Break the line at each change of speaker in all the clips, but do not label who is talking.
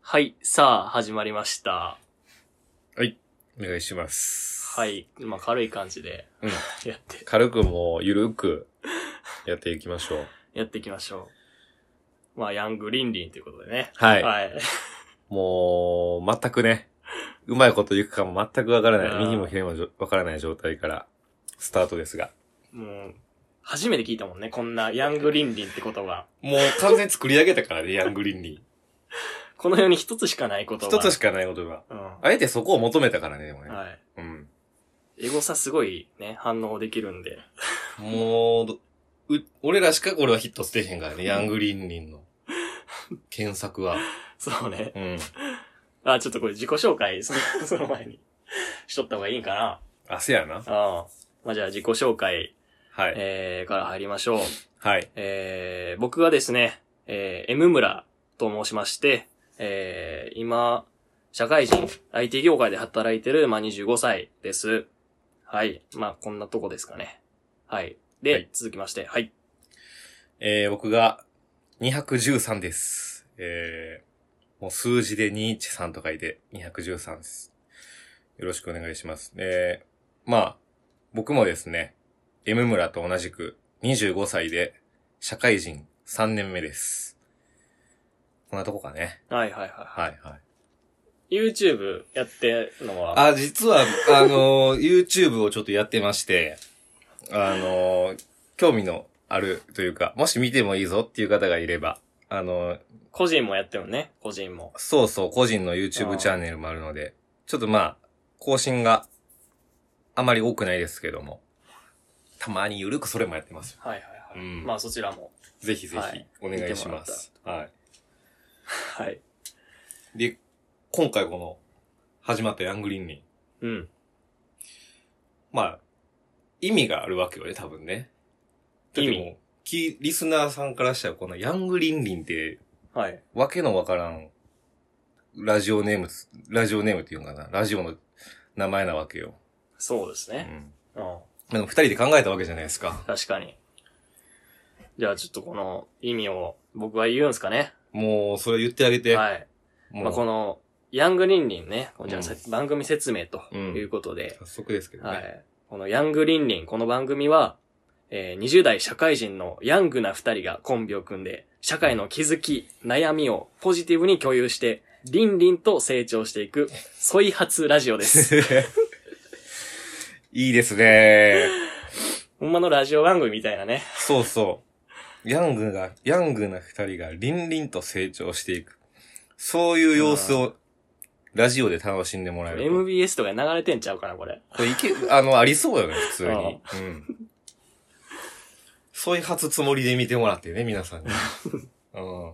はい。さあ、始まりました。
お願いします。
は。い。まあ、軽い感じで
うん。
やって、
軽くもう、ゆるく、やっていきまし ょう。
やっていきましょう。まあ、ヤングリンリンということでね。
はい。
はい。
もう、全くね、うまいこといくかも全くわから
あ
な
ー
い。右も左もじょわからない状態から、スタートですが。
もう、初めて聞いたもんね。こんなヤングリンリンって言葉。
もう完全に作り上げた からね、ヤングリンに。
この世に一つしかない言葉。
一つし
か。
かない言葉。
うん。
あえてそこを求めたからね、でもね。
はい。
うん。
エゴサすごいね、反応できるんで。
もうど、う、俺らしかこれはヒットしてへんからね、ヤングリン リンの。検索は。
そうね。
うん。
あ、ちょっとこれ自己紹介、その その前に、しとった方がいいんかな。
あ、せやな。
ああ。まあ、じゃあ自己紹介、
はい。
えー、から入りましょう。
はい。
えー僕はですね、えー M 村と申しまして、えー今、社会人、IT 業界で働いてる、まあ、25歳です。はい。まあ、こんなとこですかね。はい。で、
はい
続きまして、はい。
えー、僕が213です。えー、もう数字で213と書いて213です。よろしくお願いします。えー、まあ、僕もですね、M 村と同じく25歳で社会人3年目です。こんなとこかね。
はいはいは
はいはい。
い。YouTube やってるのは、
あ、実は、あのー、YouTube をちょっとやってまして、あのー、興味のあるというか、もし見てもいいぞっていう方がいれば、あのー、
個人もやってるのね、個人も。
そうそう、個人の
あー
YouTube チャンネルもあるので、ちょっとまあ、更新があまり多くないですけども、たまにゆるくそれもやってますよ。
はいはいはい。
うん
まあ、そちらも。
ぜひぜ
は
ひ
い、
お願いします。は
はい。
い。で、今回この、始まったヤングリンに、
うん。
まあ、意味があるわけよね、多分ね。
意味
だってもうきリスナーさんからしたら、このヤングリンリンって、
はい。
わけのわからん、ラジオネーム、ラジオネームっていうのかな、ラジオの名前なわけよ。
そうです
う
ね。
ん。
うん。
でも二人で考えたわけじゃないですか。
確かに。じゃあ、ちょっとこの意味を僕は言うんすかね。
もう、それ言ってあげて。
はい。
もう、
まあ、この、ヤングリンリンね、こうじゃあ、
うん
せ番組説明ということで、
早速ですけどね。
はい。このヤングリンリン、この番組は、えー20代社会人のヤングな二人がコンビを組んで、社会の気づき、悩みをポジティブに共有して、リンリンと成長していく、ソイハツラジオ です。
いいですね。
ほんまのラジオ番組みたいなね。
そうそう。ヤングが、ヤングな二人がりんりんと成長していく。そういう様子を、ラジオで楽しんでもらえると。
MBS とか流れてんちゃうかな、これ。
これいけ、あの、ありそうよね、普通に。うん。そういう初つもりで見てもらってね、皆さんに。うん。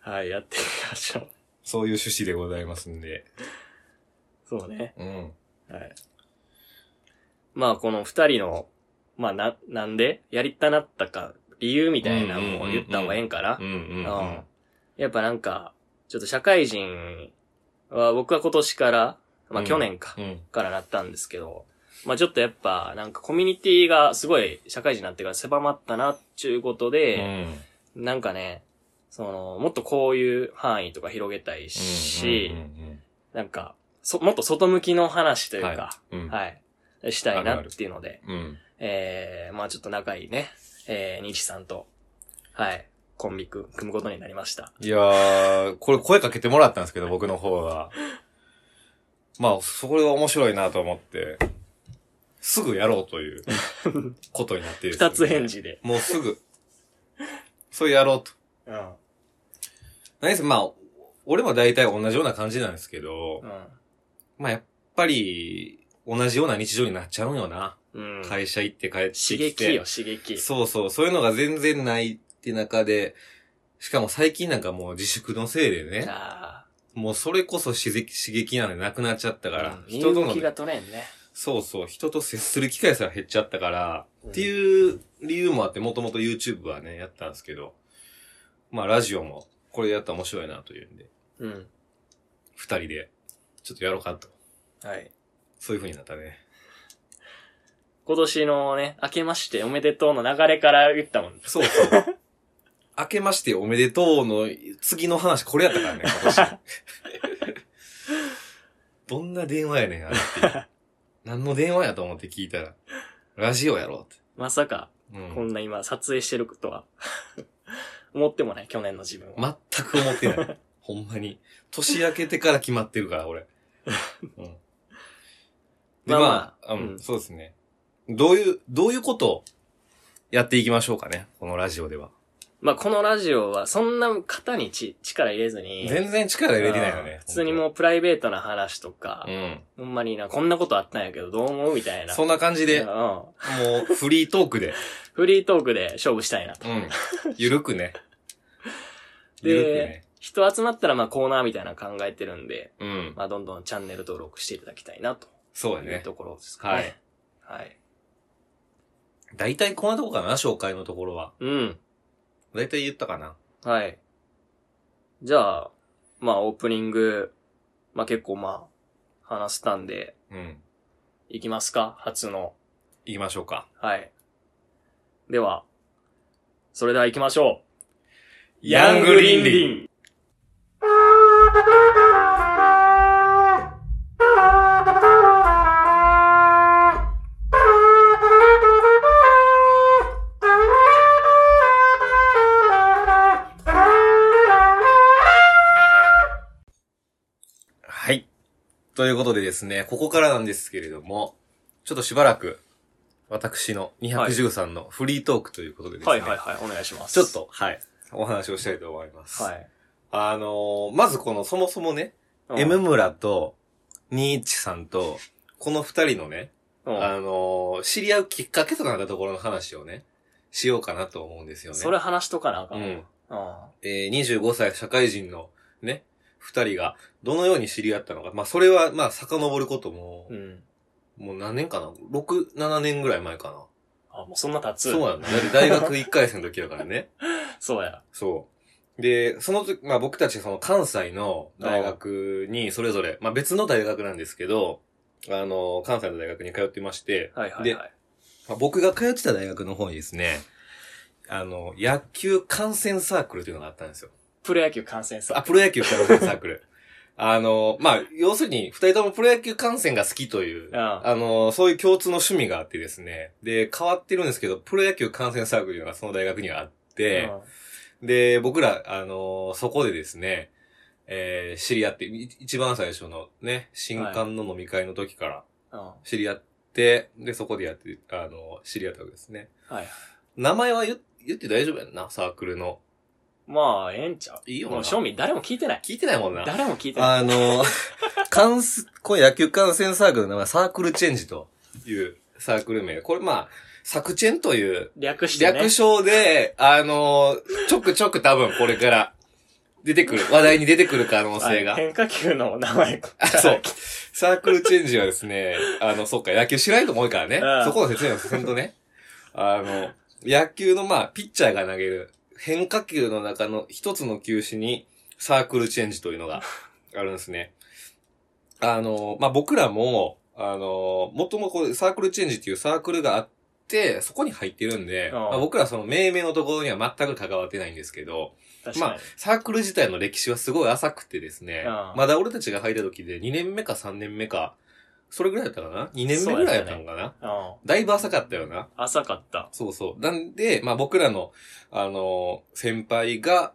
はい、やってみましょう。
そういう趣旨でございますんで。
そうね。
うん。
はい。まあ、この二人の、まあ、な、なんで、やりたなったか、理由みたいなのも言った方がええんかな
うん。うん、う
うん
ん。
やっぱなんか、ちょっと社会人は、僕は今年から、まあ
うん
去年か、
うん。
からなったんですけど、まあちょっとやっぱ、なんかコミュニティがすごい社会人になってから狭まったな、っていうことで、なんかね、その、もっとこういう範囲とか広げたいし、なんか、そ、もっと外向きの話と
と
いうか、、
うんうん
はい。したい
あ
な
るあ
っ
る
ていうので、
うん。
えー、まあちょっと仲いいね、えー、西さんと、はい、コンビ組組むことになりました。
いやー、これ声かけてもらったんですけど、僕の方は。まあ、それは面白いなと思って、すぐやろう ということになってですね
二つ返。事で。
もうすぐ。それやろうと。
うん。うん。
何せ、まあ、俺も大体同じような感じなんですけど、まあ、やっぱり、同じような日常になっちゃうんよな。
うん。
会社行って帰って
刺
きて。
激よ、刺激。
そうそう、そういうのが全然ないって中で、しかも最近なんかもう自粛のせいでね、
あ
もうそれこそ刺激刺激なんでなくなっちゃった
あ。
から、
うん
人と
身動きが
の、
取れんね。
そうそう、人と接する機会すら減っちゃったから、
うん
っていう理由もあって、もともと YouTube はね、やったんですけど、まあラジオもこれやったら面白いなというんで、
うん。
二人でちょっとやろうかと。
はい。
そういう風になったね。
今年のね、明けましておめでとうの流れから言ったもん。
そうそう。明けましておめでとうの次の話これやったからね、今年 どんな電話やねん、あれっていう。何の電話やと思って聞いたら、ラジオやろ
まさか、
うって。
こ
うん。
んな今撮影してるとは、 思ってもない、去年の自分は。
全く思っ てない。ほんまに。年明けてから決まってるから、俺。うん。で、
ま
ま
あまあ
あ、うん、
うん
そうですね。どういう、どういうことをやっていきましょうかね、このラジオでは。
まあ、このラジオは、そんな型にち力入れずに、
全然力入れてないよ
うん
ね。
普通にもうプライベートな話とか
う、ん。
ほんまにな、こんなことあったんやけど、どう思うみたいな。
そんな感じ
う
で、も
ん。
うフリートークで、
フリートークで勝負したいなと。
うん。ゆるくね。
で
ゆるくね。
人集まったら、まあ、コーナーみたいなの考えてるんで、
うん。
まあ、どんどんチャンネル登録していただきたいな、と
そうや
いう
ね。
ところですかね。はい。はい。
大体こんなとこかな、紹介のところは。
うん。
大体言ったかな。
はい。じゃあ、まあ、オープニング、まあ、結構まあ、話したんで、
うん。
いきますか初の。
行きましょうか。
はい。では、それでは行きましょう。
ヤングリンリン。
ン。
はい。ということでですね、ここからなんですけれども、ちょっとしばらく、私の213のフリートークということでですね、
はいはいはい、お願いします。
ちょっ。と、はい、お話をしたいと思います。
はい。
あのーまずこの、そもそもね、
うん
M 村と、ニーチさんと、この二人のね、
うん
あのー知り合うきっかけとなったところの話をね、しようかなと思うんですよね。
それ話しとかなあか。
うんん。
あ
えー25歳社会人のね、二人がどのように知り合ったのか。まあ、それは、まあ、遡ることも、
ーうん。
もう何年かな ?6、7年ぐらい前かな。
あ、もうそんな経つ。
そうなんだ。だって大学1回生の時だからね。
そうや。
そう。で、その時、まあ僕たちその関西の大学にそれぞれ、まあ別の大学なんですけど、あの、関西の大学に通ってまして、
はいはい
で
はい。
まあ僕が通ってた大学の方にですね、あの、野球観戦サークルというのがあったんですよ。
プロ野球観戦さ。
あ、プロ野球観戦サークル。 あの、まあ、要するに、二人ともプロ野球観戦が好きという、
うん
あの、そういう共通の趣味があってですね。で、変わってるんですけど、プロ野球観戦サークルというのがその大学にはあって、で、僕ら、あの、そこでですね、えー知り合って、い一番最初のね、新刊の飲み会の時から
うん。うん。は
知り合って、で、そこでやって、あの、知り合ったわけですね。
いはい。
名前は言言って大丈夫やんな、サークルの。
まあ、ええんちゃ。
いいうよ
も
な
う、。正味誰も聞いてない。
聞いてないもんな。
誰も聞いてない。
あの、関す、これ野球観戦サークルの名前、サークルチェンジというサークル名。これまあ、サクチェンという
略してね
略。称で、あの、ちょくちょく多分これから出てくる、話題に出てくる可能性
はい
が。
変化球の名前か
あ、 そう。サークルチェンジはですね、あの、そうか、野球知らないと思うからね
うん。
そこの説明をせんとね。あの、野球のまあ、ピッチャーが投げる変化球の中の一つの球種にサークルチェンジというのがあるんですね。あの、まあ僕らも、あの、もともこうサークルチェンジっていうサークルがあって、そこに入ってるんで、
うん
まあ僕らその命名のところには全く関わってないんですけど、
確
ま
か
あ、サークル自体の歴史はすごい浅くてですね、
うん
まだ俺たちが入った時で2年目か3年目か、それぐらいだったかな ?2 年目ぐらいだったのかな、
に。うん。
だいぶ浅かったよな。
浅かった。
そうそう。なんで、まあ僕らの、あのー先輩が、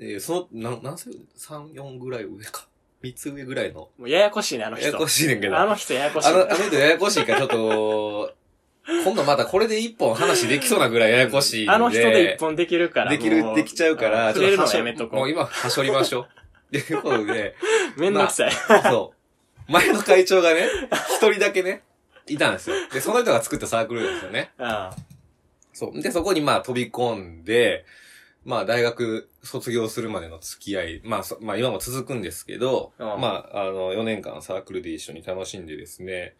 えーその、なん、何歳 ?3、4ぐらい上か。3つ上ぐらいの。
もうややこしいね、あの人。
ややこしいねんけど。
あの人ややこしい
あ
ね。
の、あの人ややこしいからちょっ と、今度またこれで一本話できそうなぐらいややこしいんで。
あの人で一本できるから。
できる
も、う
できちゃうから、
ん触れるの
はしょ
やめと
も
こ
う今、はしょりましょう。 ということで、
う。めんどくさい。
そう。前の会長がね、一人だけね、いたんですよ。で、その人が作ったサークルなんですよね。
うん。
そう。で、そこにまあ飛び込んで、まあ大学卒業するまでの付き合い、まあ、そまあ今も続くんですけど、
うん
まあ、あの、4年間サークルで一緒に楽しんでですね、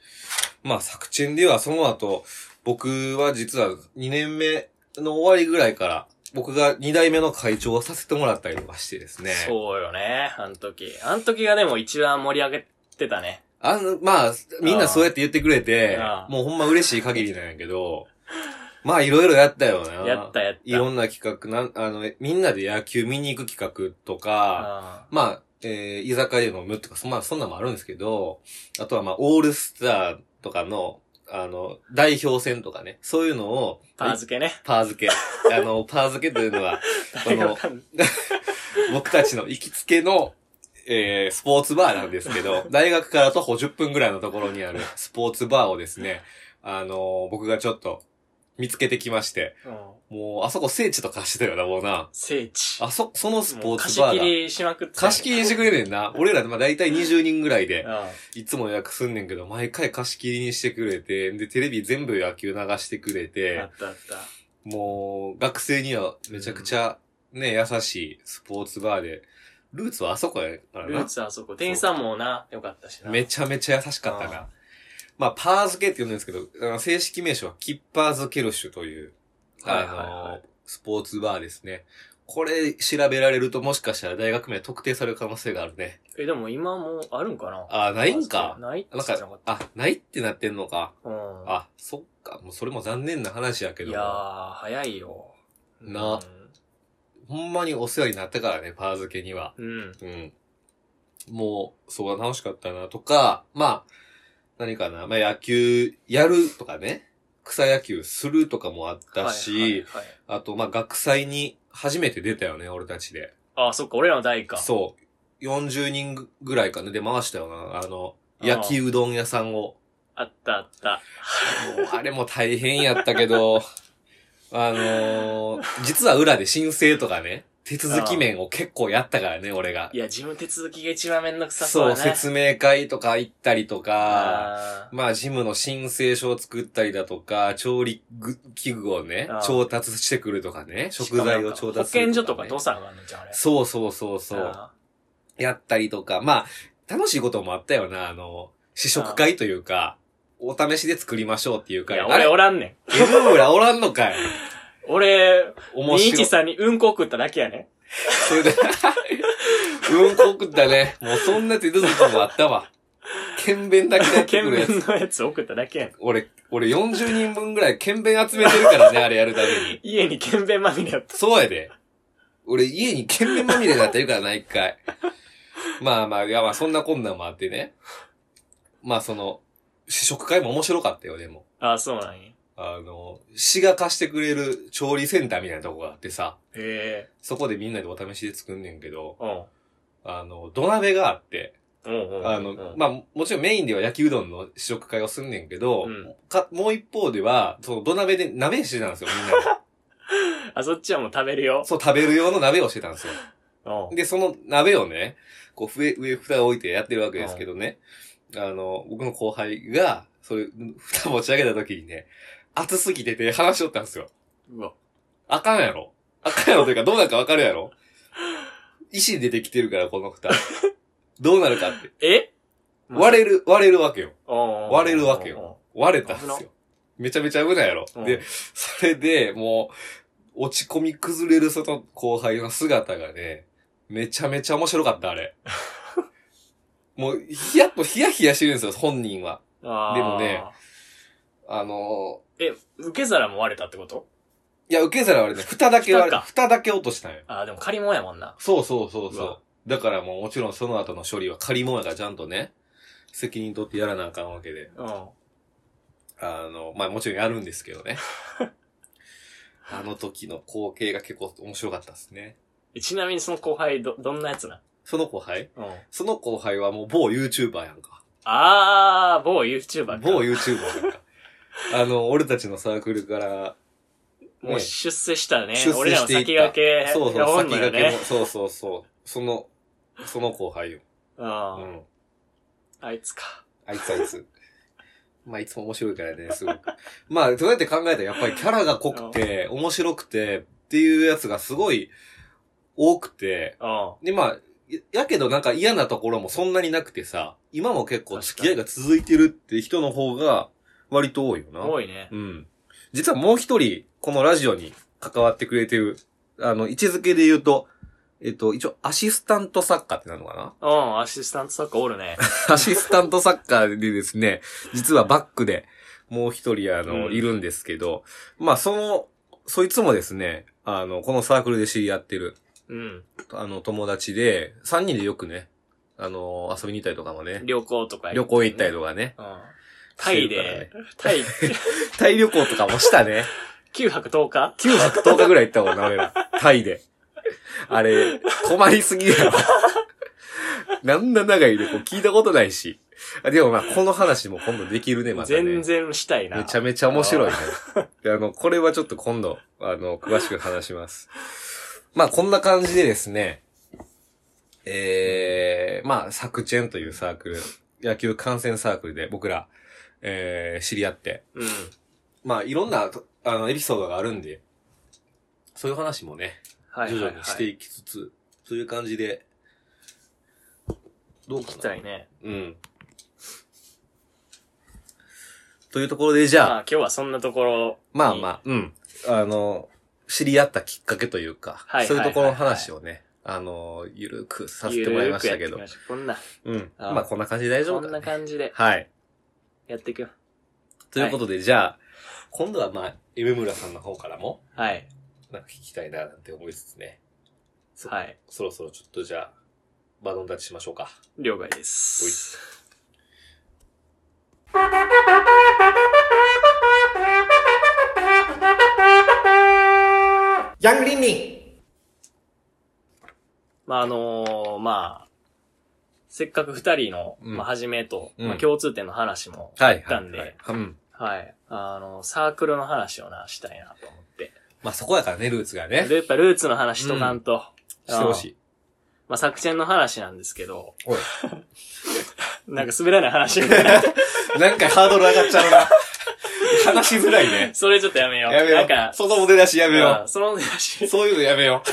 まあ作戦ではその後、僕は実は2年目の終わりぐらいから、僕が2代目の会長をさせてもらったりとかしてですね。
そうよね、あの時。あの時がでも一番盛り上げてたね。
あの、まあ、みんなそうやって言ってくれて
ああ、
もうほんま嬉しい限りなんやけど、まあいろいろやったよな。
やったやった
いろんな企画、なん、あの、みんなで野球見に行く企画とか、
あ
まあ、えー、居酒屋で飲むとか、そまあそんなのもあるんですけど、あとはまあ、オールスターとかの、あの、代表戦とかね、そういうのを、
ーパー付けね。
パー 付け。あの、パー付けというのは、この
わかんない
僕たちの行きつけの、えー、スポーツバーなんです けど、大学から徒歩10分ぐらいのところにあるスポーツバーをですね、あのー僕がちょっと見つけてきまして、
うん
もう、あそこ聖地と化してたよな、もうな。
聖地。
あそ、そのスポーツ
もう
バー
貸し
が。
切りしまくってたよ。
貸し切りにしてくれね んな。俺ら、まあ大体20人ぐらいで、
う
いつも予約すんねんけど、毎回貸し切りにしてくれて、で、テレビ全部野球流してくれ
ん。あ
て
っ、たあった。
もう、学生にはめちゃくちゃ、ね、優しいスポーツバーで、ルーツはあそこやから
ルー
な。
ツあそこ。店員さんもな、よかったしな。
めちゃめちゃ優しかっ
あ
たな。まあ、パー漬けって呼んでるんですけど、あの正式名称はキッパーズケルシュという、
はい
あ
はいはい
の、スポーツバーですね。これ調べられるともしかしたら大学名特定される可能性があるね。
え、でも今もあるんかな
あ、ないんか。
ないって言って
なん
なか
か
っ、
あ、ないってなってんのか。
た。うん。
あ、そっか。もうそれも残念な話やけど。
いやー、早いよ。
なほんまにお世話になったからね、パー漬けには。
うん。うん。
うん。もう、そうだ、楽しかったな、とか、まあ、何かな、まあ野球やるとかね、草野球するとかもあったし、
はいはいはい
あと、まあ学祭に初めて出たよね、俺たちで。
あ、そっか、俺らの代か。
そう。40人ぐらいかね、で回したよな、あの、
あー
焼きうどん屋さんを。
あったあった。
もうあれも大変やったけど、 あのー実は裏で申請とかね、手続き面を結構やったからね、俺が
い。や、事務手続きが一番めんどくさそう
そう、
だね。
説明会とか行ったりとか、
あー
まあ、ジムの申請書を作ったりだとか、調理具器具をね
あー、
調達してくるとかね、食材を調達
保
する、
健所とかどう
す
さなあかんのじゃん、あれ。
そうそうそうそう。
あ
やったりとか、まあ、楽しいこともあったよな、あの、試食会というか、お試しで作りましょうってい
ー。
う
い
会。
や、
あ
俺
れ、
おらんねん。
エルムラおらんのかい。
俺、
面
ニー
白
チ
い。
さんにうんこ食っただけやね。
それで、 うんこ送ったね。もうそんな手続きもあったわ。剣弁だけやって
県
くるや
民
つ。
のやつ送っただけやねん。
俺、俺40人分ぐらい剣弁集めてるからね、 あれやるために。
家に県弁まみれやった。
そうやで。俺家に剣弁まみれになってるからな、一回。まあまあ、いやまあそんな困難もあってね。まあその、試食会も面白かったよ、でも。
あー、そうなんや。
あの、市が貸してくれる調理センターみたいなとこがあってさ、
へ
そこでみんなでお試しで作んねんけど、
え。うん。
あの、土鍋があって、
うんうんうんうん。
あの、まあ、もちろんメインでは焼きうどんの試食会をすんねんけど、
うん
か、もう一方では、その土鍋で鍋してたんですよ、みんなで。
あ、そっちはもう食べるよ。
そう、食べる用の鍋をしてたんです よ。
うん。
で、その鍋をね、こう、上、上蓋を置いてやってるわけですけどね、あの、僕の後輩が、そういう、蓋持ち上げた時にね、熱すぎてて話しとったんですよ。
うわ。
あかんやろ。あかんやろという か、どうなるかわかるやろ。石出てきてるから、こ の蓋。どうなるかって。
え
割れる、割れるわけよ。
割
割れるわけよ。割れたんですよ
危な。
めちゃめちゃ危ないやろ。
うん
で、それで、もう、落ち込み崩れるその後輩の姿がね、めちゃめちゃ面白かった、あれ。 もう、ひやっとヒヤヒヤしてるんですよ、本人は。
あー
でもね。あの
え、受け皿も割れたってこと
ー、いや、受け皿はね、蓋だけ割れ、
蓋か
蓋だけ落としたんよ。
ああ、でも借り物やもんな。
そうそうそうそうう
わ。
だからもうもちろんその後の処理は借り物やからちゃんとね、責任取ってやらなあかんわけで。
うん。
あの、まあもちろんやるんですけ どね。あの時の光景が結構面白かったですね。
えちなみにその後輩、ど、どんなやつな
その後輩
うん。
その後輩はもう某 YouTuber やんか。
あー、某 YouTuber か。
某 YouTuber やんか。あの、俺たちのサークルから、
もう出世したね。
出世していった
俺らの先駆け。
そうそう、
がおん
先
のよ
駆
ね
けの、そうそうそう、その、その後輩よ。
う。
うんん。
あいつか。
あいつあいつ。まあ、いつも面白いからね、すごく。まあ、そうやって考えたら、やっぱりキャラが濃くて、面白くて、っていうやつがすごい多くて、
うん。
で、まあ、ややけどなんか嫌なところもそんなになくてさ、今も結構付き合いが続いてるって人の方が割と多いよな。
多いね。
うん。実はもう一人、このラジオに関わってくれてる、あの、位置づけで言うと、えっと、一応アシスタント作家ってなるのか な
うん、アシスタントサッカーおるね。
アシスタントサッカーでですね、実はバックで、もう一人、あの、
うん
いるんですけど、まあ、その、そいつもですね、あの、このサークルで知り合ってる、
うん。
あの、友達で、三人でよくね、あの、遊びに行ったりとかもね、
旅行とか、
旅行行ったり
か。
とかね、
うん。タイで、タイ、
タイ旅行とかもしたね。
9泊10日
9泊10日ぐらい行ったもんな、俺ら。タイで。あれ、困りすぎやろ。なんだ長いで、こう聞いたことないし。あでもまあ、この話も今度できる ね、またね。
全然したいな。
めちゃめちゃ面白いね。であの、これはちょっと今度、あの、詳しく話します。まあ、こんな感じでですね、えー、まあ、サクチェンというサークル、野球観戦サークルで僕ら、えー、知り合って、
うん。
まあ、いろんな、とあの、エピソードがあるんで、そういう話もね、
はいはい、はい。
徐々にしていきつつ、そういう感じで、どう
き
かな
たいね。
うん。というところで、じゃあ
まあ、今日はそんなところ。
まあまあ、うん。あの、知り合ったきっかけというか、
はい
そういうところの話をね、あの、ゆるくさせてもらいましたけ
ゆるー
ど
くやっていきま、しょうこんな、
うん。
あー
まあこんな感じで大丈
こ
夫
ん
か
な
な。
感じで
はい。
やっていくよ。
ということで、じゃあ、今度はまあ、エム村さんの方からも、
はい。
なんか聞きたいななんて思いつつね、そ
はい。
そろそろちょっとじゃあ、バトンタッチしましょうか。
了解です。
ヤングリンリン
まあ、あのーまあ、せっかく二人の、
うん
まあ、はじめと、
うん
まあ、共通点の話も、
はい。
たんで
はいうん。
はい。あの、サークルの話をな、したいなと思って。
まあそこだからね、ルーツがね、
で、やっぱルーツの話とかんと、
してほしい。
まあ、作戦の話なんですけど、
おい。
なんか滑らない話み たいな。
なんかハードル上がっちゃうな。 話しづらいね。
それちょっとやめよう。
やめよ
なん
う
か。、
そのお出だしやめよう。
うんその話。
そういうのやめよう。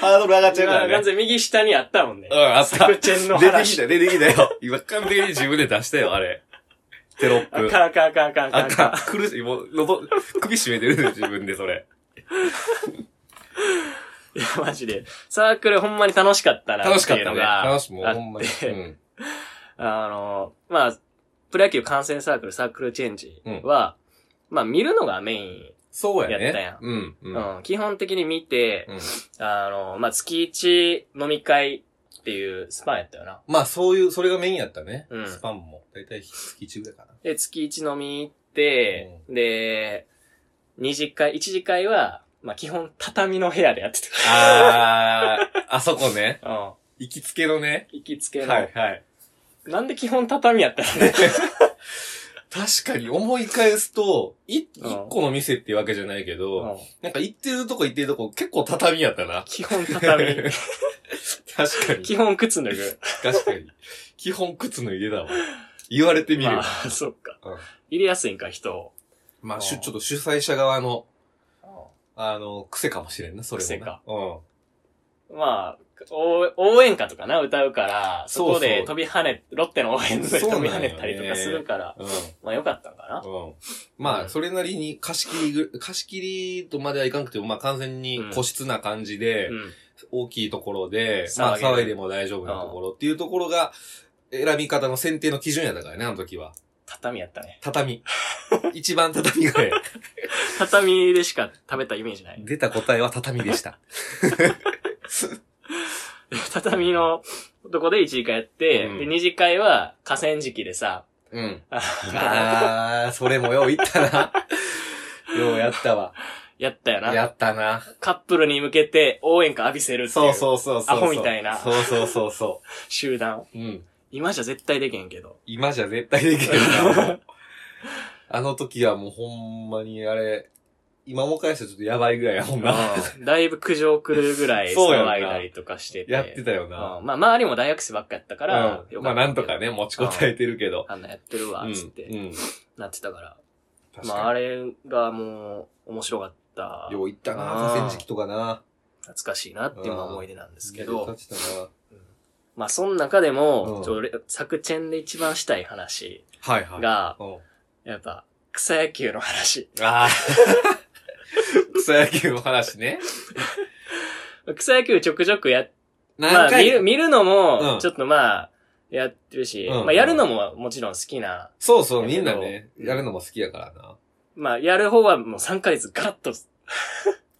ハードル上がっちゃうから
完
ね。
全に右下にあったもんね
う。ん、あった。
作
出て
戦の
きた、
話。
出てきたよ。今完璧に自分で出したよ、あれ。テロッ
あ
プ。
かんあかんあかんあかん
あ
あか
か
ん
ん。。苦しい。もう、喉、首絞めてるで、自分でそれ。
いや、マジで。サークルほんまに楽しかったな
楽しか
てい
っ
う
た
の
ね。
が
楽しい。もう
あ
ほんまに。うん。
あの、まあ、プロ野球観戦サークル、サークルチェンジは、まあ見るのがメイ
そうや
やったやん。
ねうん。う
ン。
ん。
う
うん
ん基本的に見て、あの、まあ月一飲み会っていうスパンやったよな。
まあ、そういう、それがメインやったね。
うん
スパンも。だいたい月1ぐらいかな。
で、月一飲み行って、で、二次会、一次会は、まあ基本畳の部屋でやって
あー、 あそこね。
た。うん。
行きつけのね。
行きつけの。
はい、はい。
なんで基本畳やったのね。
確かに思い返すと、い、一
うん
個の店っていうわけじゃないけど、
うん
なんか行ってるとこ行ってるとこ結構畳やったな。
基本畳。
確かに。
基本靴脱ぐ。
確かに。基本靴脱いでだわ。言われてみる。
ま
まあ、
あ、そっか
うん。
入れやすいんか、人。
ま
あ
あ、しゅちょっと主催者側の、あの、癖かもしれんな、それもな。
癖か。
うん。
まあ、応応援歌とかな、歌うから、そこ
そう
で
そう
飛び跳ね、ロッテの応援で
そうな
飛
ん
び
よね
跳ねたりとかするから、
うん。
まあよかったんかな。
うん。まあ、それなりに貸し切りぐ、貸し切りとまではいかなくても、まあ完全に個室な感じで、
うん。
大きいところ
騒げ
で、
る
まあ騒いでも大丈夫なところっていうところが、選び方の選定の基準やったからね、あの時は。
畳やったね。
畳。一番畳がね、
畳でしか食べたイメージない。
出た答えは畳でした。
畳のとこで一次会やって、
うん
で、二次会は河川敷で さ、
うん。
あ
あー、それもよう言ったな。ようやったわ。
やったよ
や
な。
ったな。
カップルに向けて応援歌浴びせるってい
そう
う
そうそうそう。
アホみたいな
そうそうそうそ
集団。
う。うん。
今じゃ絶対できへんけ ど。
今じゃ絶対できるな。もうあの時はもうほんまにあれ、今も返したらちょっとやばいぐらいやもんな。
だいぶ苦情来るぐらい
そうやんな
騒いだりとかしてて。
やってたよな。
うんまあ、周りも大学生ばっかやったか
う
ら、
ん。まあなんとか。ね、持ちこたえてるけど。
あんなやってるわ
う、ん。
つって、
うん。
なってたから。
確
まあ、あ
か
れがもう、面白かった
に。。よう言ったな、
うん
河川敷とかな。
懐かしいなっていうのが思い出なんですけど。
立ってたな
まあ、その中でも、
うん
ちょ俺作チェンで一番したい話
はいはい。
が、
うん
やっぱ、草野球の話。
ああ。 草野球の話ね。
草野球ちょくちょくやっ、まあ、
何
見
回
る、見るの
う
も、
ん
ちょっとまあ、やってるし、
うん
まあやるのももちろん好きな、
そうそう、
だけ
み
ど
んなね、やるのも好きやからな。
まあやる方はもう3ヶ月ガラッと
そう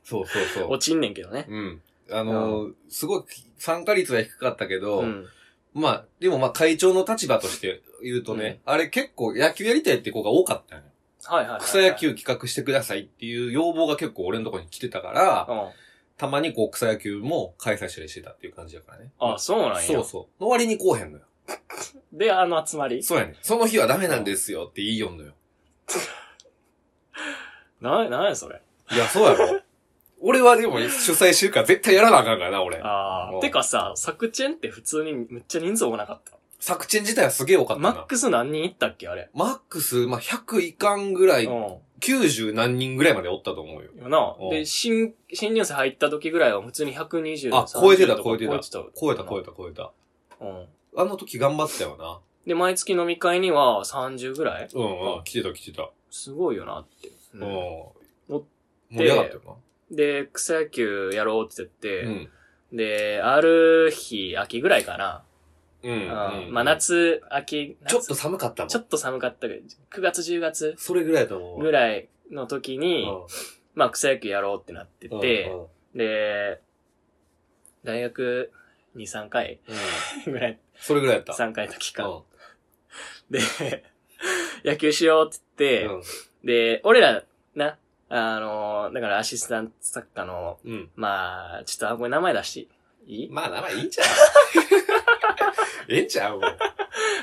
そうそう。
落ちんねんけどね。
うん。あのーすごく参加率は低かったけど、
うん。
まあ、でもまあ会長の立場として言うとね、あれ結構野球やりたいって子が多かったよ、ね。
はいはいはいはい。
草野球企画してくださいっていう要望が結構俺のとこに来てたから、
うん。
たまにこう草野球も開催したりしてたっていう感じだからね。
あ、そうなんや。
そうそう。の割にこうへんのよ。
で、あの集まり
そうやねん。その日はダメなんですよって言いよんのよ。
な、なんやそれ。
いや、そうやろ。 俺はでも主催してるから絶対やらなあかんからな、俺。
あ
うん
あ。てかさ、作チェンって普通にむっちゃ人数多なかった。
作戦自体はすげえ多かった
マ
な。
ックス何人いったっけあれ。
マックス、まあ、100いかんぐらい、
う
90何人ぐらいまでおったと思うよ。
ん。よな
うん。
で、新、新入生入った時ぐらいは普通に120。
あ超えてた
30とか
超えてた超えた超え
た。
た超えた。
うん。
あの時頑張ったよな。
で、毎月飲み会には30ぐらい
うん
う
うん
ん。
来てた来てた。
すごいよなって。
う。
うんん
盛
お
り上がったよ
で、草野球やろうって
な。う
言って、
ん。
で、ある日、秋ぐらいかな。
う。
うんん
うん
まあ、。夏、秋、夏
ちょっと寒かったもん。
ちょっと寒かったけど、9月10月
それぐらいだと思う。
ぐ
い。
らいの時に、まあ草野球やろうってなって
うん
て、、で、大学2、3回
うんうん
ぐらい、
それぐらいやった。
3回の期間
う
で、 野球しようって言って、
ん
で、俺ら、な、あのー、だからアシスタント作家の、
うん。
まあ、ちょっと、あ、これ名前出していい
まあ、名前いいんちゃう ええんちゃうもう。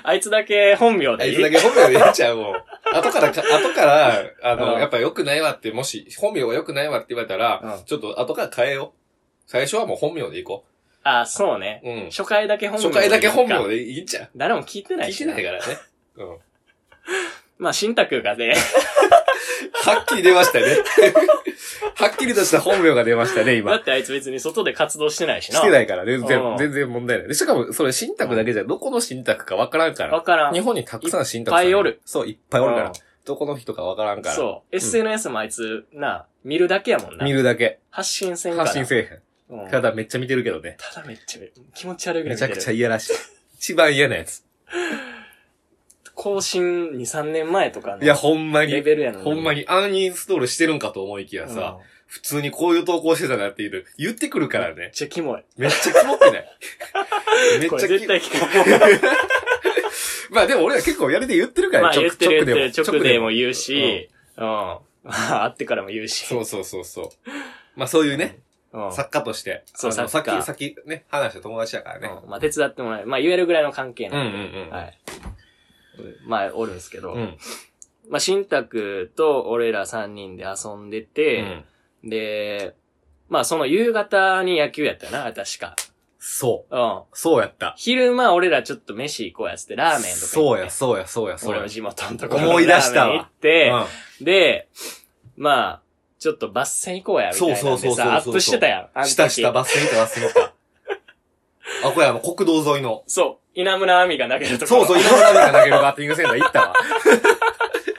あいつだけ本名
あ
でい
い
い
つだけ本名でええんちゃうもう。後からか、後から、あの、
うん
やっぱ良くないわって、もし、本名が良くないわって言われたら、
うん
ちょっと後から変えよう。最初はもう本名でいこ
あ、そうね。
う。うん。
初回だけ本名
初回だけ本
でいい
名
か
でいいんちゃう
誰も聞いてない
聞いてない
い
からね。うん。
まあ、新宅がね、
はっきり出ましたね。 はっきりとした本名が出ましたね、
だ
今。
ってあいつ別に外で活動してないしな。
してないから、全
う
然、
ん
全然問題ない。で、しかも、それ、新宅だけじゃ、どこの新宅かわからんから
わ。からん。
日本にたくさん新宅さん
いっぱいおる。
そう、いっぱいおるか
う
ら
ん。
どこの人かわからんから。
そう。SNS もあいつ、な、見るだけやもんな
見。るだけ。
発信せんから。
発信せえ
う
へ
ん
ん。
た
た
だ。
だめっちゃ見てるけどね。
めっちゃ、気持ち悪いぐら
め
い
ち
見
ゃ
て
く
る
ちゃ。嫌らしい。一番嫌なやつ。
更新2、3年前とかの。
いや、ほんま
レ
に。
ベルやのに。
ほんまにアンインストールしてるんかと思いきや
うん。
さ、普通にこういう投稿してたなっていう、言ってくるから
め
ね
っ。ちゃキモい。
めっちゃキモくない めっ
こ
ち
れ
ゃキ
絶
モ
対聞かない。
まあでも俺は結構やりで言って るか
ま
ら
あ
ちょ
言ってる言ってる。
直
直でも言うし、うん。まあ、会ってからも言うし。
そうそうそうそう。まあそういうね、
うん。
作家として。
そう
あの
作家
さっき、さっきね、話した友達だからね。
うんまあ手伝ってもらえる。まあ言えるぐらいの関係
うんう
なんんで。
うん。
はい。まあ、おるんですけど。
うん。
まあ、新宅と俺ら3人で遊んでて、
うん
で、まあその夕方に野球やったよな、確か。
そう。
うん。
そうやった。
昼間俺らちょっと飯行こうやっつって、ラーメンとか行って。
そうや、そうや、そうや、そう
俺
や
の。地元のところの
思い出した
ラ
わ
ーメン行って、
うん
で、まあ、ちょっとバス戦行こうや、みたいなんでさ、
そうそうそうそうそう
アップしてたやん。あの時
下下バスにバスに か。あ、これあの国道沿いの。
そう。稲村亜美が投げるとこ
そ
ろ。
うそう、稲村亜美が投げるバッティングセンター行った わ。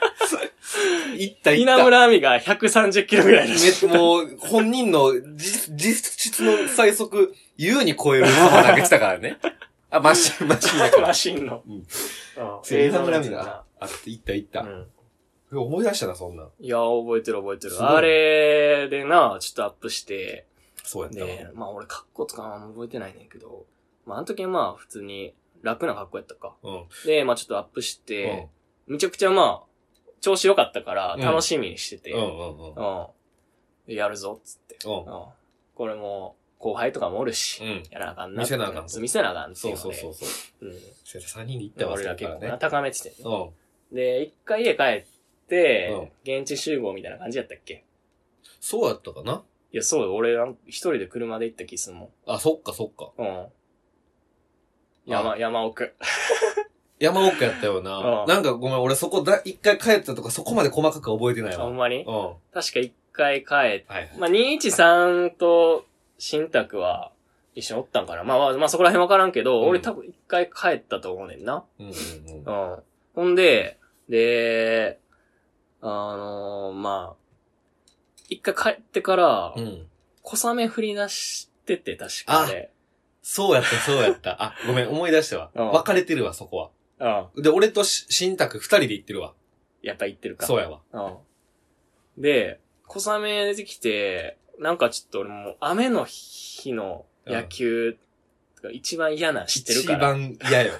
行った行った。
稲村亜美が130キロぐらいだし。
めもう、本人の実実質の最速、優に超える球投げてたから ね。あ、マシン、マシンだか
マ
ら。
シンの。
うん
うん
稲村亜美が。あって行った行った
う。ん
思い出したな、そんなん。
いや、覚えてる覚えてる
す。ごいね
あれでな、ちょっとアップして、
そうやったわ。
で、まあ俺格好とかあんま覚えてないねんけど、まああの時はまあ普通に楽な格好やったか。
うん。
で、まあちょっとアップして、めちゃくちゃまあ、調子良かったから楽しみにしてて、
うんうんうん
う。ん。でやるぞ、っつって。
うん
うん。これも、後輩とかもおるし、
うん。
やらなあかんな。
見せなあかん
そう見せなあかんってい
そうう
ので。
そうそうそう。
うん。
先生3人で行っ
で
たわ、
俺ら
それ
結
か
構
ら
な
ね。
高めてて。
うん。
で、一回家帰って、現地集合みたいな感じやったっけ
そうやったかない
や、そうよ。俺、なん一人で車で行った気すんも
あ、そっかそっか。
ん。うん。山、山奥。
山奥やったよな。
うん
なんかごめん、俺そこだ、一回帰ったとかそこまで細かくは覚えてないわ。
ほ
うんん。
まに
は
確か一回帰っ
いはい。
まあ、213と新宅は一緒におったんかな。まあまあ、まあ、そこら辺わからんけど、
うん
俺多分一回帰ったと思うねんな。
うんうんうん
う。ん。ほんで、で、あのーまあ、一回帰ってから
う、ん。
小雨降り出してて、確かで。
そうやった、そうやった。あ、ごめん、思い出したわ。
うん
分かれてるわ、そこは。
うん。
で、俺とし、新宅二人で行ってるわ。
やっぱ言ってるか。
そうやわ。
うん。で、小雨出てきて、なんかちょっと俺もう雨の日の野球が一番嫌な知ってる
一
から。
番嫌よ。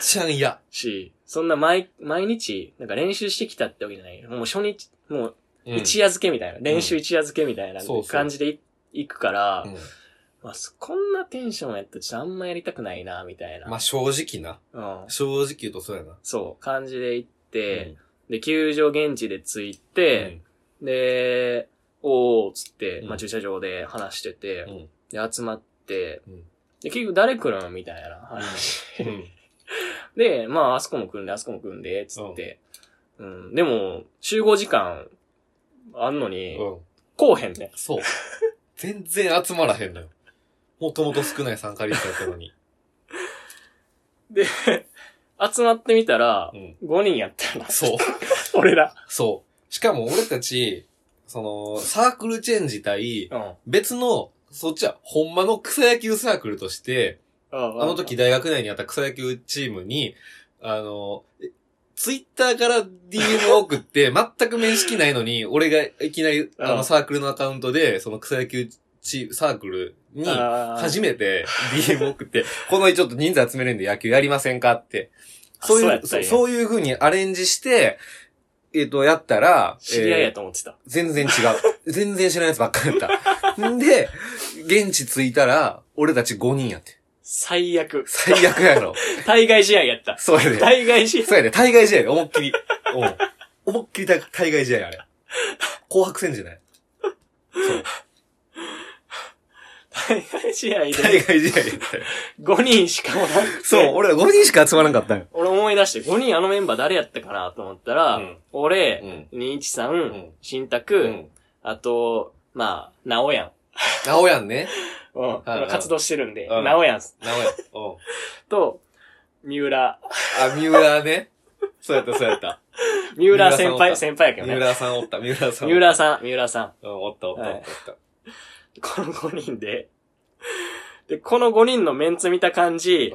一番嫌。
し、そんな毎、毎日、なんか練習してきたってわけじゃない。もう初日、もう
うん
一夜漬けみたいな、練習一夜漬けみたいな
そうそう
感じでい行くから、
う
まあ、そこんなテンションやったらちょっとあんまやりたくないな、みたいな。
んまあ、正直な。
うん。
正直言うとそうやな。
そう、感じで行って、で、球場現地で着いて、で、おーっつって、
うん
まあ、駐車場で話してて、
うん、うん。
で、集まって、
うん
で、結局誰来るのみたいな話。
うん。
で、まあ、あそこも来るんで、あそこも来るんで、つって。うん、でも、集合時間、あんのに、
うん。
こうへんね。
そう。全然集まらへんのよ。もともと少ない参加率やったのに。
で、集まってみたら
う、ん。
5人やったな。
そう。
俺ら。
そう。しかも俺たち、その、サークルチェンジ対、
うん。あ
別の、そっちは、ほんまの草野球サークルとして、あの時大学内にあった草野球チームに、あの、えツイッターから DM を送って、 全く面識ないのに、俺がいきなり、あ
う
の、
ん
サークルのアカウントで、その草野球チーム、サークルに、初
め
めて DM 送って、この日ちょっと人数集めるんで野球やりませんかって。そう
そう
い
やっ
う、
た
そ
ん
う
や
そういう風にアレンジして、えっ、と、やったら、
知り合い
え
や
ー
と思ってた。
全然違う。全然知らないやつばっかりだった。んで、現地着いたら、俺たち5人やって。
最悪。
最悪やろ。
対外試合やった。
そうやで。
対外試合。
そうやで。対外試合で、思いっきり。 うん思いっきり対対外試合やあれ。紅白戦じゃない
対外試合
対
で
外試合やったよ。
5人しかもなくて。
そう、俺ら5人しか集まらなかったんよ。
俺思い出して、5人あのメンバー誰やったかなと思ったら、
うん
俺、
ん。
ニイチさ
ん
ん、新宅、
うん。
あと、まあ、ナオヤン。
なおやんね。
うん。
いはい
活動してるんで、
うん
ナオヤン
なおやん。うん。
と、三浦、
あ、三浦ね。そうやった、そうやった。
三浦先
三浦さんおった
輩、先輩やけど
三
ね。
浦さんおった、三浦さん。
三浦
ん。
さん、三浦さ
うん、おった、おった、お
は
っ
い
たおった。
ん。この5人で。で、この5人のメンツ見た感じ、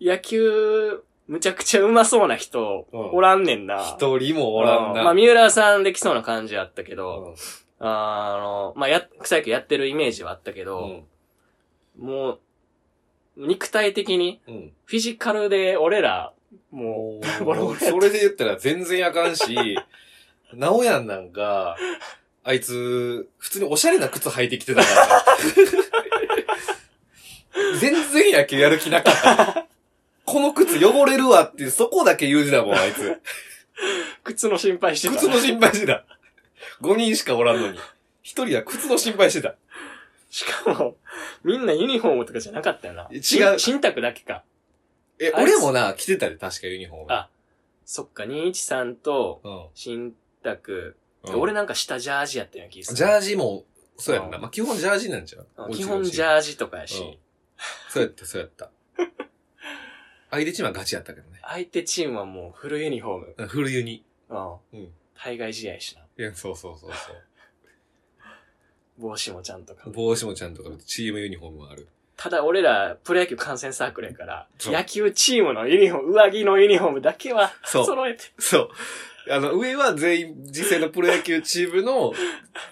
野球、むちゃくちゃうまそうな人、
うん
おらんねんな。
一、人もおらん
う
な。
まあ、三浦さんできそうな感じやったけど、
うん
あの、まあ、や、草野球やってるイメージはあったけ
う
ど、
ん。
もう、肉体的に、
うん。
フィジカルで俺ら、 も
も
ボロボロや
う、
った
それで言ったら全然あかん し、なおやんなんか、あいつ、普通におしゃれな靴履いてきてた から。全然野球やる気なかった。この靴汚れるわって、そこだけ言うてたもん、あいつ。
う、靴の心配してた。
靴の心配してた。5人しかおらんのに。1人は靴の心配してた。
しかも、みんなユニフォームとかじゃなかったよな。
違う
し新宅だけか。
え、
あいつ
俺もな、着てたで、確かユニフォーム。
あそっか、213と、
うん。
新宅。で
うん
俺なんか下ジャージやったような気がする。
ジャージも、そうやんな。
うん
まあ、基本ジャージなんじゃ
うん
ん。
基本ジ
ー
ャージとかや
うん
し、
そうやった、そうやった。相手チームはガチやったけどね。
相手チームはもうフルユニフォーム。
フルユニ。
うん。
うん
対外試合やしな。
いや、そうそうそうそ
帽子もちゃんとか
う。。帽子もちゃんとか、チームユニフォームもある。
ただ俺ら、プロ野球観戦サークルやから、
そう
野球チームのユニフォーム、上着のユニフォームだけは、
そう
揃えて。
そう。あの、上は全員、実際のプロ野球チーム の、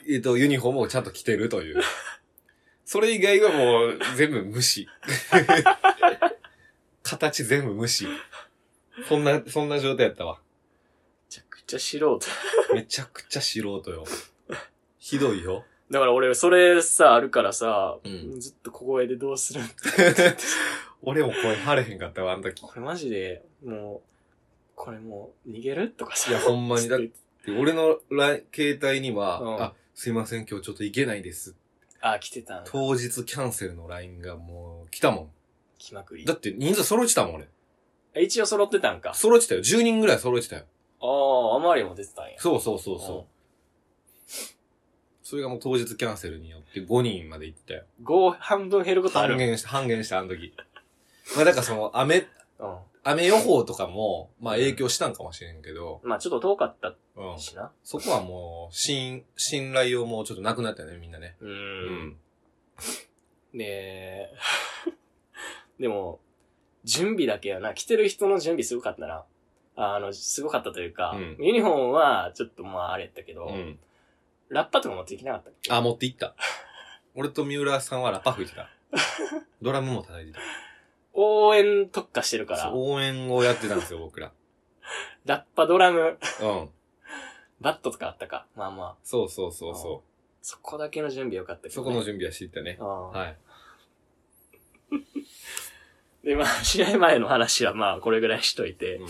えっと、ユニフォームをちゃんと着てるという。それ以外はもう、全部無 視。形全部無視。そんな、そんな状態やったわ。
めちゃくちゃ素人。
めちゃくちゃ素人よ。ひどいよ。
だから俺、それさ、あるからさ、
うん
ずっと小声でどうする
俺も声張れへんかったわ、あの時。
これマジで、もう、これもう、逃げるとかさ。
いやほんまにだ
つって
俺のライン携帯には、
うん
あ、すいません、今日ちょっと行けないです。
あ、来てたんだ。
当日キャンセルの LINE がもう来たも
来まく
ん。
り
だ。って人数揃えてたもん、俺。
あ一応揃ってたんか。
揃えてたよ。10人ぐらい揃えてたよ。
ああ、あまりも出てたんや。
そうそうそう
うん
そう。それがもう当日キャンセルによって5人まで行ったよ。
五半分減ることあ
半
る。
減した、半減した、あの時。まあだからその、雨、
うん。
雨予報とかも、まあ影響したんかもしれんけど、
まあちょっと遠かった
うん。
しな。
そこはもう、信、信頼をもうちょっとなくなったよね、みんなね。
う。。
うん
で、 でも、準備だけやな、着てる人の準備すごかったな。あの、すごかったというか、
うん
ユニフォームはちょっとまああれやったけど、
うん。
ラッパとか持ってきなかったっけ
あ、持っていった。俺と三浦さんはラッパ吹い てた。ドラムも叩いて
応援特化してるか
た。
ら
そう、応援をやってたんですよ、僕ら。
ラッパ、ドラム、
うん。
バットとかあったか。まあまあ、
そうそうそうそ
そこだけの準備は良かったけ
う。
ど、ね。
そこの準備はしていったね。
うん
はい。
で、まあ、試合前の話はまあ、これぐらいしといて。
うん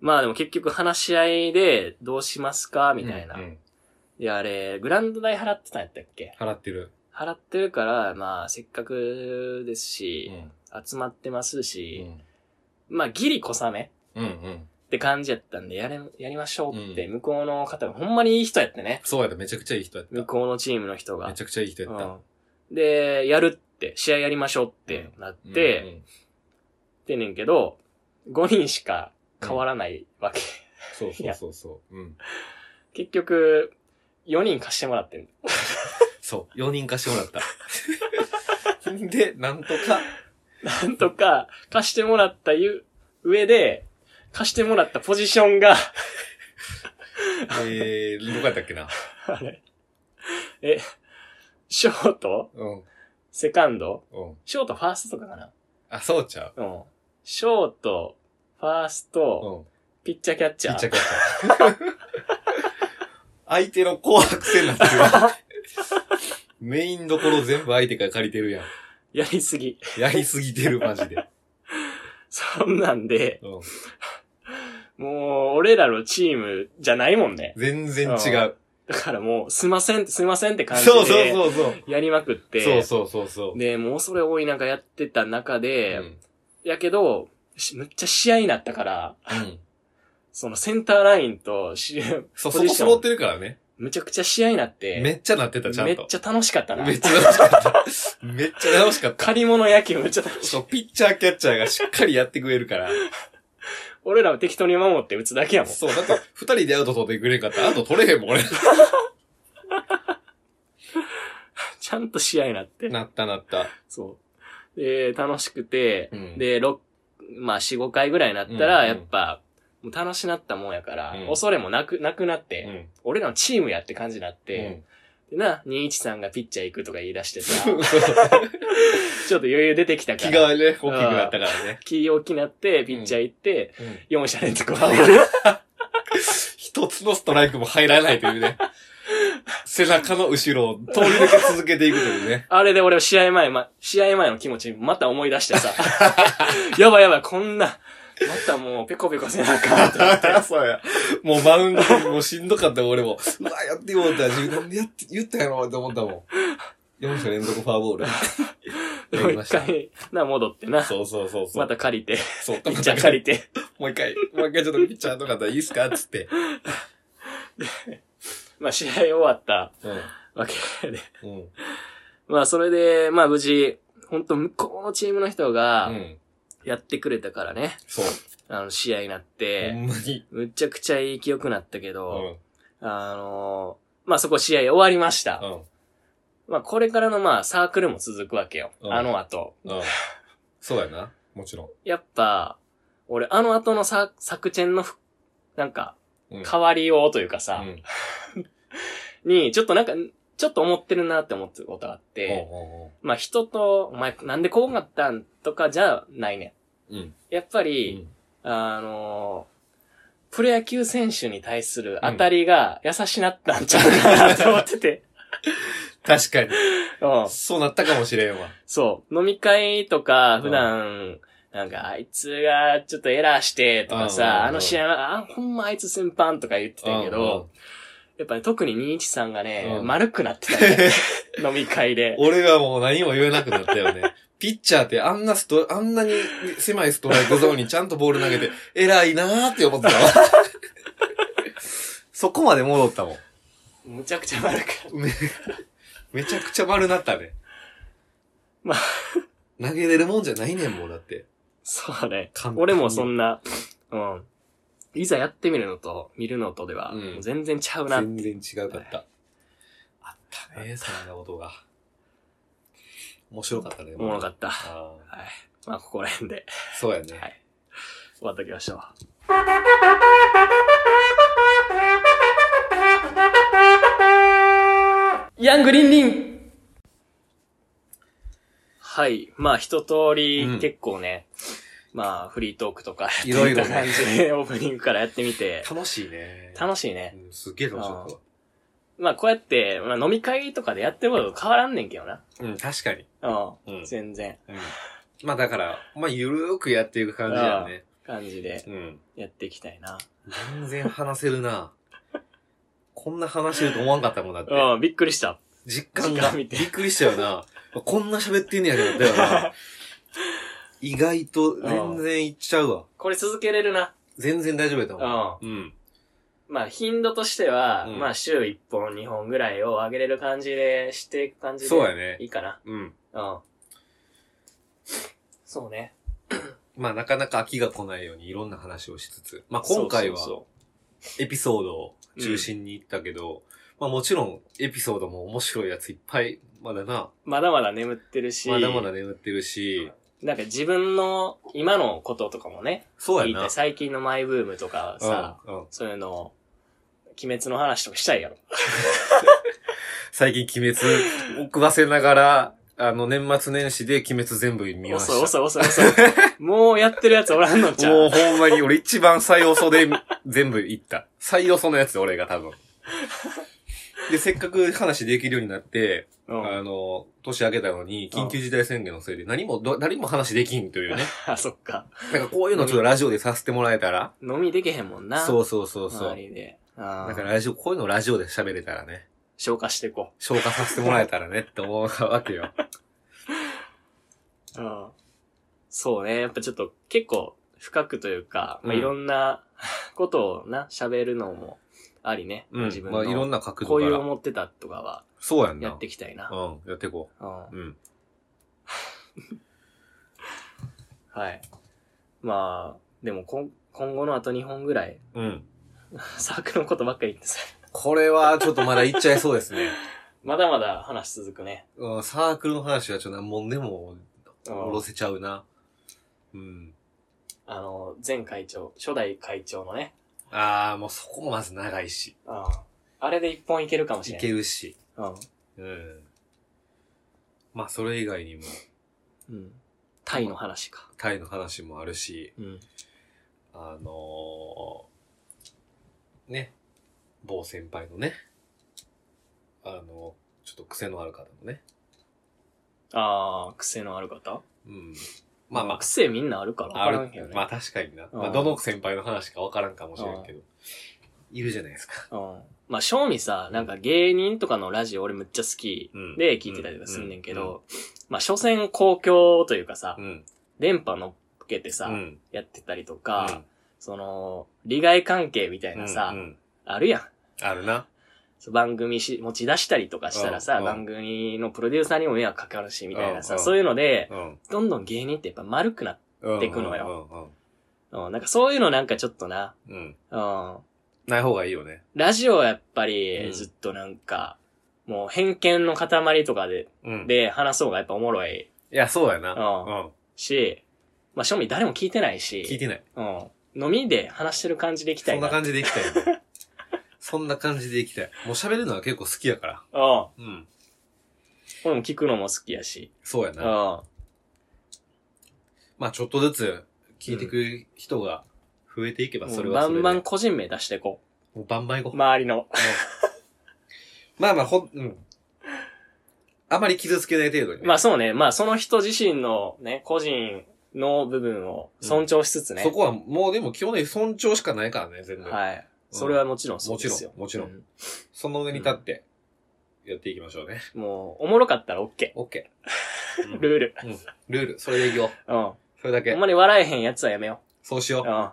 まあでも結局話し合いで、どうしますかみたいな。
うんうん
いや、あれ、グランド代払ってたんやったっけ
払ってる。
払ってるから、まあ、せっかくです
う
し、
ん。
集まってます
う
し、
ん
まあ、ギリ小雨っ
うんうん。
て感じやったんで、やれ、やりましょうって、
う
向こうの方がほんまにいい人やってね。
そうやった、めちゃくちゃいい人やった。
向こうのチームの人が
めち。ゃくちゃいい人やった。
うんで、やるって、試合やりましょうってなって、
うんうん
ってねんけど、5人しか変わらないわけ。
そうそうそうそう。うん。
結局、4人貸してもらってん。
そう、4人貸してもら った。で、なんとか、
なんとか、貸してもらったゆ上で、貸してもらったポジションが、
えー、どこやったっけな。
あれ、え、ショート
うん、
セカンド
うん。
ショートファーストとかかな
あ、そうちゃ
うん。ショート、ファース
う。
ト、
うん。
ピッチャーキャッチャ
ピッ
ー。
チャーキャッチ ャー相手の紅白戦なんですよ。メインどころ全部相手から借りてるやん。
やりすぎ。
やりすぎてる、マジで。
そんなんで、
うん。
もう、俺らのチームじゃないもんね。
全然違う。
だからもう、すいませんって、すいませんって感じ
そうそう
で、
そうそう。
やりまくって、
そうそうそうそう。
で、もうそれ多いなんかやってた中
う
で、
ん。
やけど、しむっちゃ試合になったから、
うん。
そのセンターラインとし、
そう、
ポ
そこ
ジション
揃ってるからね。
むちゃくちゃ試合になって、
めっちゃなってた、ちゃ
め
ん
っ
と。
ちゃ楽しかったな
め。っちゃ楽しかった。めっちゃ楽しかった。
借り物野球めっちゃ楽しい。
そう、ピッチャーキャッチャーがしっかりやってくれるから。
俺らは適当に守って打つだけやもん。
そう、だって、二人でアウト取ってくれんかったら、アウト取れへんもん、俺。
ちゃんと試合になって。
なったなった。
そう。で、楽しくて、
うん
で、六まあ、4、5回ぐらいになった
うんう
ら、
ん
やっぱ、もう楽しなったもんやから、
うん
恐れもなく、なくなっ
う
て、
ん。
俺らのチームやって感じになっ
う
て、で
ん
な、213がピッチャー行くとか言い出して さ、
そう
ちょっと余裕出てきたから。
気がね、大きくなったからね。
気大きなって、ピッチャー行って、
うん
4者連続ファ ウル。
一つのストライクも入らないというね。背中の後ろを通り抜け続けていくとい うね。
あれで俺は試合前、ま、試合前の気持ちまた思い出してさ、 やばいやばい、こんな、またもうペコペコせなあかんと思って。
そうや。もうマウンドもうしんどかった俺も。うわ、やってようって、自分でやって、言ったやろって思ったもん。4者連続ファーボール。
で
や
もう
りま
一
した
回、な、戻ってな。
そうそうそうそう。
また借りて、
そう、
ピッチャー借りて。
もう一回、もう一回ちょっとピッチャーとかだったらいいっすかつって。
まあ試合終わった
う
わけで。
ん。うん。
まあそれで、まあ無事、ほんと向こうのチームの人
う
が、
ん。
やってくれたからね、
そう。
あの試合になっ
ほ
て、
んまに。
むちゃくちゃいい記憶になったけ
う
ど、
ん。
あのーまあそこ試合終わりました
う。ん。
まあ、これからのまあ、サークルも続くわけよ。
うん
あの後。
うん。そうやな。もちろ
やっぱ、俺、あの後のさ、作戦のふ、なんか、
ん。うん。
変わりようというかさ
う、ん。
に、ちょっとなんか、ちょっと思ってるなって思ってたことがあっ
おう
て、
おう
まあ、人と、お前、なんでこうなったんとかじゃないね
おううん。
ん。やっぱ
う
り、
ん。
あのープロ野球選手に対する当たりが優しなったんちゃうかなって思って て。
確かに。
うん。
そうなったかもしれんわ。
そう。飲み会とか、普段、なんか、あいつがちょっとエラーして、とか
うんうんうん
さ、あの試合は、あ、ほんまあいつ先輩とか言ってたんやけど、やっぱね、特に213がね
う、ん
丸くなってた
うん、
ね。飲み会で。
俺はもう何も言えなくなったよね。 ピッチャーってあんなスト、あんなに狭いストライクゾーンにちゃんとボール投げて、 偉いなーって思ってたわ。 そこまで戻ったもん。
むちゃくちゃ丸くなっ
め、めちゃくちゃ丸なったね。
まあ。
投げれるもんじゃないねん、もうだって。
そうね
完璧。に
俺もそんな、うん。いざやってみるのと、見るのとでは、
うん
もう全然ちゃうな。
全然違うかった。あったね、そんなことが。面白かったね。
おもろかった。
た。あー
はい。まあ、ここら辺で
そうやね。
はい終わっときましょう。ヤングリンリンはい。まあ、一通
う
り
ん
結構ね、まあ、フリートークとかやってみ
いろいろ
た
ね
感じで、 オープニングからやってみて、
楽しいね。
楽しいね。
うんすっげえ楽しかったわ。
まあ、こうやって、まあ、飲み会とかでやってることと変わらんねんけどな。
うん、確かに。
う
うん
ん。全然、
うん。まあだから、まあゆるーくやっていく感じやね。
感じで
うん。
やっていきたいな。
全然話せるな。こんな話してると思わんかったもんだって。
うん、びっくりした。
実感が。
実感
び
見
ってくりしたよな。こんな喋ってんねやけど、だよ な。意外と全然いっちゃうわ。
これ続けれるな。
全然大丈夫やと
うん。
思う。うん。
まあ、頻度としては、
うん
まあ、週1本、2本ぐらいを上げれる感じで、していく感じで。
そうやね
いいかな。
うん。
うん。そうね。
まあなかなか飽きが来ないようにいろんな話をしつつ。まあ今回は
そうそう
エピソードを中心に行ったけど、まあもちろんエピソードも面白いやついっぱい、まだな、
そうまだまだ眠ってるし、
まだまだ眠ってるし、
なんか自分の今のこととかもね、
そう
聞い
やな
て、。最近のマイブームとかさ、
うんうん
そういうのを、鬼滅の話とかしたいやろ。
最近鬼滅、遅らせながら、 あの、年末年始で鬼滅全部見ました。
遅い遅い遅い遅い。 もうやってるやつおらんのちゃ
もう
う。
ほんまに俺一番最遅で全部行った。最遅のやつ俺 が多分。で、せっかく話できるようになって、
うん
あの、年明けたのに、緊急事態宣言のせいで何も、ど誰も話できんというね。
あ、そっか。
なんかこういうのちょっとラジオでさせてもらえたら。
飲みできへんもんな。
そううそうそうそう。
周りで。あ
だ
あ
からラジオ、こういうのラジオで喋れたらね、
消化していこ
消化させてもらえ たらねって思うわけよ。
う。うん。そうね。やっぱちょっと結構深くというか、まあ、
うん
いろんな ことをな、喋るのもありね。
うん
自。分
ま
の、
あいろんな角
こ
度
う
か
いう
ら。
思ってたとかは
そうやんな。
やっていきたいな。
うん、やっていこ
うん。
う。うん。
はい。まあ、でもこん今後のあと2本ぐらい、
うん。
サークルのことばっかり言ってさ、
これはちょっとまだ言っちゃいそうですね。
まだまだ話続くね。
うん、サークルの話はちょっと何本でも
う
おろ
ん
せちゃうな。うん。
あの、前会長、初代会長のね、
ああ、もうそこもまず長いし、
うんあれで一本いけるかもし
い
れな
け
い。
るし。
うん。
うん。まあそれ以外にも、
うん。タイの話か。
タイの話もあるし、
うん。
あのー、ね、某先輩のね、あの、ちょっと癖のある方のね、
ああ、癖のある方
うん。まあまあ、
癖みんなあるから分
あ
から
る
んけどね。
まあ確かにな。ま
う
あ
ん
どの先輩の話かわからんかもしれんけど。いるじゃないですか。
うん。まあ、正味さ、なんか芸人とかのラジオ俺むっちゃ好き
うん
で聞いてたりとかすんねんけ
うんうん
ど、まあ、所詮公共というかさ
う、ん。
電波乗っけてさ
う、ん。
やってたりと
う
か
ん、
その、利害関係みたいなさ
うんう、ん
あるやん。
あるな。
そう番組し、持ち出したりとかしたら
う
さ、
ん
番組のプロデューサーにも迷惑かかるし、みたいな
う
さ、
んうん
そういうので、
うん。
どんどん芸人ってやっぱ丸くなって、
うん
てくのよ。うんなんかそういうのなんかちょっとな、
うんうん。うん
うん、
ない方がいいよね。
ラジオはやっぱ
う
り
ん
ずっとなんか、もう偏見の塊とかで、
うん。
で話そうがやっぱおもろい
いや、そうやな。
うん
うん。
し、まあ、正味誰も聞いてないし、
聞いてない。
うん。飲みで話してる感じでいきた
そ
い
ん
な。
な感じでいきたいね。そんな感じでいきたい。もう喋るのは結構好きやから。
うん。
うん。
俺も聞くのも好きやし、
そうや
う
な。
ん。
まあちょっとずつ聞いてくれる人が増えていけばそれ
バ
はそれ
ン
で。
バン個人名出していこ
もうバンバン
う。
行こう。
周りの。
まあまあ、ほん、うん。あまり傷つけない程度にね。
まあそうね、まあその人自身のね、個人の部分を尊重しつつね。
そこはもうでも基本的に尊重しかないからね、全部。
はい。それはもちろんそう
もち
で
ろ
すよ。
ん、もちろん。
うん
その上に立って、やっていきましょうね。
もう、おもろかったら OK。
オッケ
ル
ー。
ール。
ルール、それでいきよう。
うん。ほ
それだけ
ん。まに笑えへんやつはやめよ
そうし
う。
よ
う
う。
ん。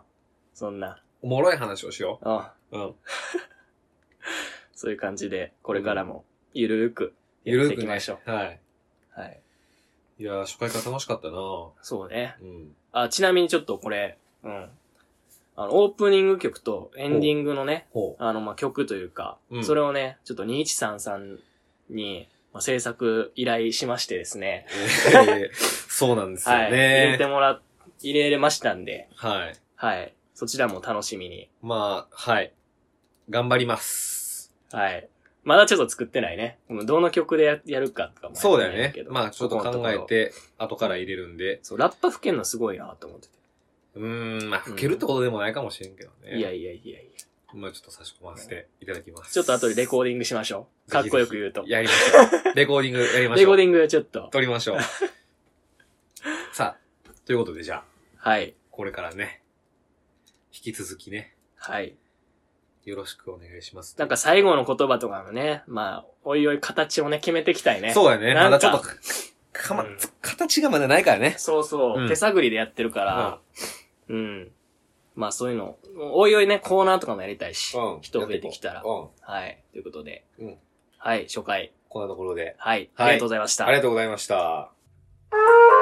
そんな。
おもろい話をしよ
うん。
う。うん。
そういう感じで、これからも、ゆるーく、
ゆ
やっ
る
てい
く
き
ね。
ましょう。
はい。
はい。
いやー、初回から楽しかったな
そうね。
うん。
あ、ちなみにちょっとこれ、うん。あの、オープニング曲とエンディングのね、
ほ
あの、まあ、曲というか、
うん
それをね、ちょっと2133に、
う。
まあ、制作依頼しましてですね。
えーそうなんですよ
はい。入れて
ね。
もら、入れれましたんで、
はい。
はい。そちらも楽しみに。
まあ、はい。頑張ります。
はい。まだちょっと作ってないね。うんどの曲でややるかとかもやってないけど。
そうだよね。まあ、ちょっと
ここの
考
こ
え
ろ。
て、後から入れるんで。
そう、ラッパ吹けんのすごいなと思ってて。
うーん、まあ、吹けるってことでもないかもしれんけどね。
いやいやいやいや。
まあ、ちょっと差し込ませていただきます。
ちょっと後でレコ
ー
ーディングしましょう。
ぜ
か
ひぜ
っ
ひ
こよく言うと。
やりましょう。レコーディングやりましょう。
レコーディングちょっと。
撮りましょう。さあ、ということでじゃあ、
はい。
これからね、引き続きね、
はい。
よろしくお願いします。
なんか最後の言葉とかのね、まあ、おいおい形をね、決めていきたいね。
そうだね。
な
ま
んか
だちょっとか、かま
うん、
形がまだないからね。
そうそう、
うん
手探りでやってるから、うん。まあそういうの、おいおいね、コーナーとかもやりたいし、人増えてきたら
う。ん。
はい。ということで、
うん
はい、初回、
こんなところで。
はい、
は
あ
い
りがとうございました。
ありがとうございました。
Thank you.